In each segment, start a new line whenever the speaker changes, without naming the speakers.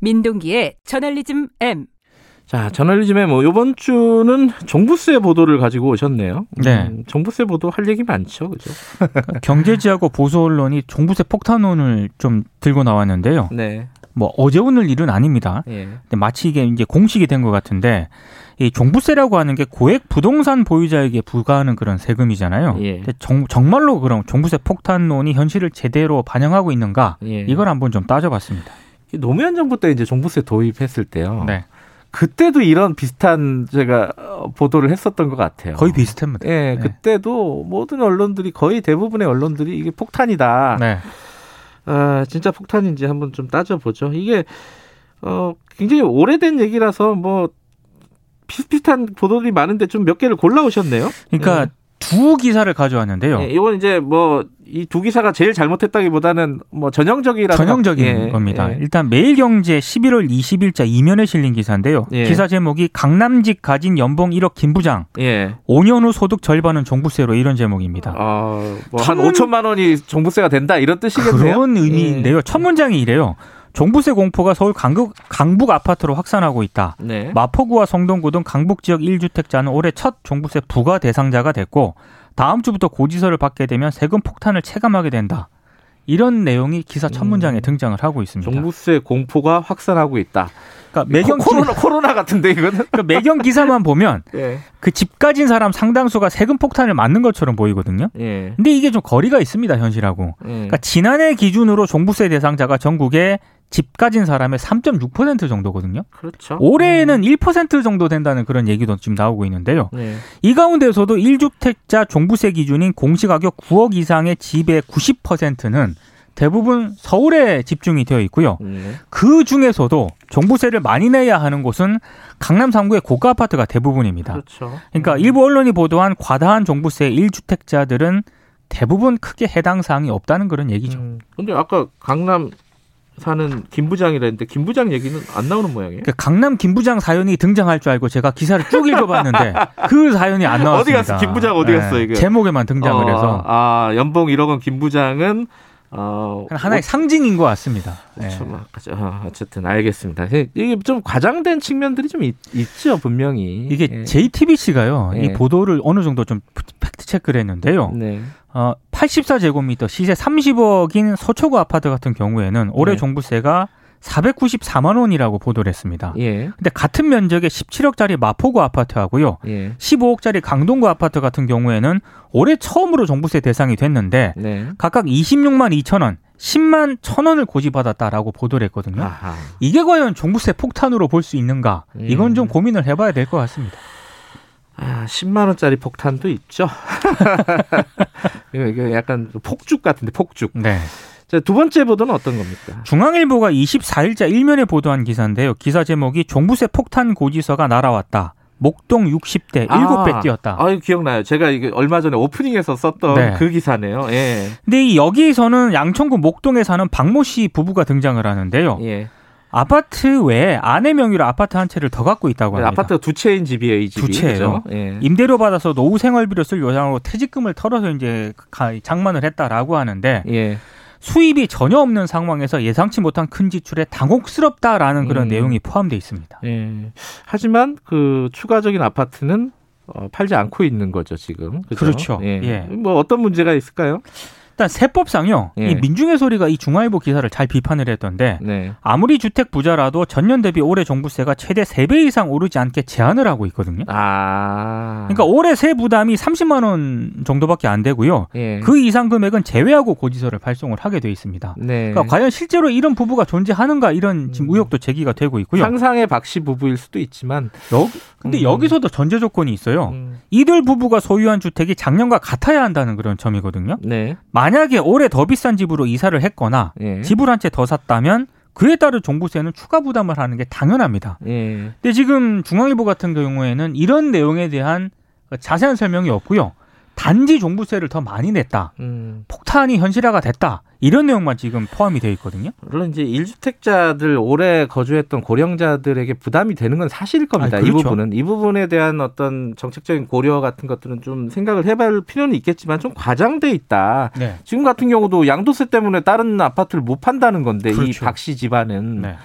민동기의 저널리즘 M.
자, 저널리즘에 뭐 이번 주는 종부세 보도를 가지고 오셨네요.
네.
음, 종부세 보도 할 얘기 많죠, 그죠?
경제지하고 보수 언론이 종부세 폭탄론을 좀 들고 나왔는데요.
네.
뭐 어제 오늘 일은 아닙니다.
예.
근데 마치 이게 이제 공식이 된 것 같은데 이 종부세라고 하는 게 고액 부동산 보유자에게 부과하는 그런 세금이잖아요.
예.
근데 정, 정말로 그럼 종부세 폭탄론이 현실을 제대로 반영하고 있는가?
예.
이걸 한번 좀 따져봤습니다.
이 노무현 정부 때 이제 종부세 도입했을 때요.
네,
그때도 이런 비슷한 제가 어, 보도를 했었던 것 같아요.
거의 비슷합니다.
예,
네.
그때도 모든 언론들이 거의 대부분의 언론들이 이게 폭탄이다.
네,
아, 진짜 폭탄인지 한번 좀 따져보죠. 이게 어, 굉장히 오래된 얘기라서 뭐 비슷비슷한 보도들이 많은데 좀 몇 개를 골라오셨네요.
그러니까 두 기사를 가져왔는데요.
예, 이건 이제 뭐 이 두 기사가 제일 잘못했다기보다는 뭐 전형적이라서
전형적인
예,
겁니다.
예.
일단 매일경제 11월 20일자 이면에 실린 기사인데요.
예.
기사 제목이 강남직 가진 연봉 1억 김 부장
예.
5년 후 소득 절반은 종부세로 이런 제목입니다.
어, 뭐한
천문-
5천만 원이 종부세가 된다 이런 뜻이겠네요.
그런 의미인데요.
예.
첫 문장이 이래요. 종부세 공포가 서울 강북, 강북 아파트로 확산하고 있다.
네.
마포구와 성동구 등 강북 지역 1주택자는 올해 첫 종부세 부과 대상자가 됐고 다음 주부터 고지서를 받게 되면 세금 폭탄을 체감하게 된다. 이런 내용이 기사 첫
음.
문장에 등장을 하고 있습니다.
종부세 공포가 확산하고 있다.
그러니까 매경
코, 코로나 코로나 같은데 이거는.
그 매경 기사만 보면
예.
그 집 가진 사람 상당수가 세금 폭탄을 맞는 것처럼 보이거든요.
예.
근데 이게 좀 거리가 있습니다 현실하고.
예.
그러니까 지난해 기준으로 종부세 대상자가 전국에 집 가진 사람의 3.6% 정도거든요.
그렇죠.
올해에는 1% 정도 된다는 그런 얘기도 지금 나오고 있는데요.
음. 예.
이 가운데서도 1주택자 종부세 기준인 공시가격 9억 이상의 집의 90%는 대부분 서울에 집중이 되어 있고요.
음.
그 중에서도 종부세를 많이 내야 하는 곳은 강남 3구의 고가 아파트가 대부분입니다.
그렇죠.
그러니까 일부 언론이 보도한 과다한 종부세 1주택자들은 대부분 크게 해당 사항이 없다는 그런 얘기죠.
음. 근데 아까 강남 사는 김 부장이라 했는데 김 부장 얘기는 안 나오는 모양이에요.
그러니까 강남 김부장 사연이 등장할 줄 알고 제가 기사를 쭉 읽어봤는데 그 사연이 안 나왔습니다. 네.
어디 갔어? 김 부장 어디 갔어, 이게?
제목에만 등장을
어,
해서
아 연봉 1억 원 김 부장은 어,
하나의 상징인 것 같습니다. 네.
그렇죠. 막, 그죠. 아, 어쨌든 알겠습니다. 예, 이게 좀 과장된 측면들이 좀 있, 죠 분명히.
이게
예.
JTBC가요
예.
이 보도를 어느 정도 좀 팩트 체크를 했는데요.
네.
어, 84제곱미터 시세 30억인 서초구 아파트 같은 경우에는 올해
네.
종부세가 494만 원이라고 보도를 했습니다.
예.
근데 같은 면적의 17억짜리 마포구 아파트하고요.
예.
15억짜리 강동구 아파트 같은 경우에는 올해 처음으로 종부세 대상이 됐는데
네.
각각 26만 2천 원, 10만 1천 원을 고지받았다라고 보도를 했거든요.
아하. 음.
이게 과연 종부세 폭탄으로 볼 수 있는가? 이건 좀 고민을 해봐야 될 것 같습니다.
아, 10만 원짜리 폭탄도 있죠. 이거- 이거 약간 폭죽 같은데 폭죽.
네.
자, 두 번째 보도는 어떤 겁니까?
중앙일보가 24일자 일면에 보도한 기사인데요. 기사 제목이 종부세 폭탄 고지서가 날아왔다. 목동 60대
아.
7배 뛰었다.
아, 이거 기억나요. 제가 이게 얼마 전에 오프닝에서 썼던
네.
그 기사네요. 예.
근데 이 여기에서는 양천구 목동에 사는 박모 씨 부부가 등장을 하는데요.
예.
아파트 외에 아내 명의로 아파트 한 채를 더 갖고 있다고 합니다.
네, 아파트가 두 채인 집이에요, 이 집이.
두
그죠?
채예요.
예.
임대료 받아서 노후 생활비로 쓸 요량으로 퇴직금을 털어서 이제 가- 장만을 했다라고 하는데
예.
수입이 전혀 없는 상황에서 예상치 못한 큰 지출에 당혹스럽다라는 그런
음.
내용이 포함되어 있습니다.
예. 하지만 그 추가적인 아파트는 어, 팔지 않고 있는 거죠 지금. 그죠?
그렇죠. 예.
뭐 어떤 문제가 있을까요?
일단 세법상요.
예.
이 민중의 소리가 이 중앙일보 기사를 잘 비판을 했던데
네.
아무리 주택 부자라도 전년 대비 올해 종부세가 최대 3배 이상 오르지 않게 제한을 하고 있거든요.
아.
그러니까 올해 세 부담이 30만 원 정도밖에 안 되고요.
예.
그 이상 금액은 제외하고 고지서를 발송을 하게 돼 있습니다.
네. 음.
그러니까 과연 실제로 이런 부부가 존재하는가 이런 지금 의혹도 제기가 되고 있고요.
상상의 박씨 부부일 수도 있지만.
여, 근데
음.
여기서도 전제 조건이 있어요.
음,
이들 부부가 소유한 주택이 작년과 같아야 한다는 그런 점이거든요.
네.
만약에 올해 더 비싼 집으로 이사를 했거나
예.
집을 한 채 더 샀다면 그에 따른 종부세는 추가 부담을 하는 게 당연합니다.
예.
근데 지금 중앙일보 같은 경우에는 이런 내용에 대한 자세한 설명이 없고요. 단지 종부세를 더 많이 냈다.
음.
폭탄이 현실화가 됐다. 이런 내용만 지금 포함이 되어 있거든요.
물론 이제 일주택자들 오래 거주했던 고령자들에게 부담이 되는 건 사실일 겁니다.
아,
이
그렇죠.
부분은 이 부분에 대한 어떤 정책적인 고려 같은 것들은 좀 생각을 해볼 필요는 있겠지만 좀 과장돼 있다.
네.
지금 같은 경우도 양도세 때문에 다른 아파트를 못 판다는 건데 이
그렇죠.
박 씨 집안은
네.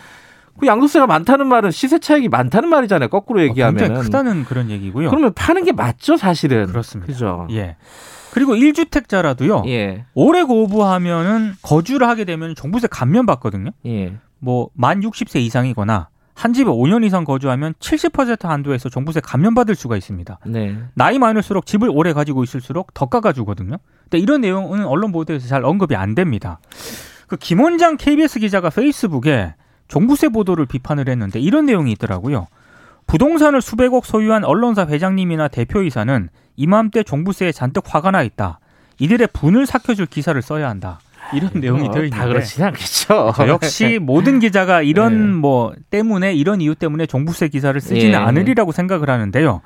그 양도세가 많다는 말은 시세 차익이 많다는 말이잖아요. 거꾸로 얘기하면.
어, 굉장히 크다는 그런 얘기고요.
그러면 파는 게 맞죠, 사실은.
그렇습니다.
그죠.
예. 그리고 1주택자라도요.
예.
오래 거부하면은 거주를 하게 되면 종부세 감면 받거든요.
예.
뭐 만 60세 이상이거나 한 집에 5년 이상 거주하면 70% 한도에서 종부세 감면 받을 수가 있습니다.
네.
나이 많을수록 집을 오래 가지고 있을수록 더 깎아주거든요. 근데 이런 내용은 언론 보도에서 잘 언급이 안 됩니다. 그 김원장 KBS 기자가 페이스북에 종부세 보도를 비판을 했는데 이런 내용이 있더라고요. 부동산을 수백억 소유한 언론사 회장님이나 대표이사는 이맘때 종부세에 잔뜩 화가 나 있다. 이들의 분을 삭혀줄 기사를 써야 한다. 이런 내용이
어,
되어
다
있는데
그렇진 않겠죠.
저 역시 모든 기자가 이런
네.
뭐 때문에 이런 이유 때문에 종부세 기사를 쓰지는
예.
않으리라고 생각을 하는데요.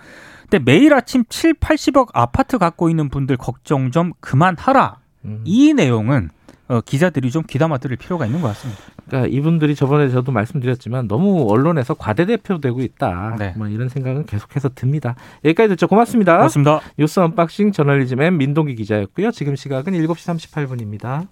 근데 매일 아침 7, 80억 아파트 갖고 있는 분들 걱정 좀 그만하라.
음.
이 내용은 어, 기자들이 좀 귀담아 들을 필요가 있는 것 같습니다.
그러니까 이분들이 저번에 저도 말씀드렸지만 너무 언론에서 과대대표되고 있다.
네.
뭐 이런 생각은 계속해서 듭니다. 여기까지 듣죠. 고맙습니다.
고맙습니다.
뉴스 언박싱 저널리즘의 민동기 기자였고요. 지금 시각은 7시 38분입니다.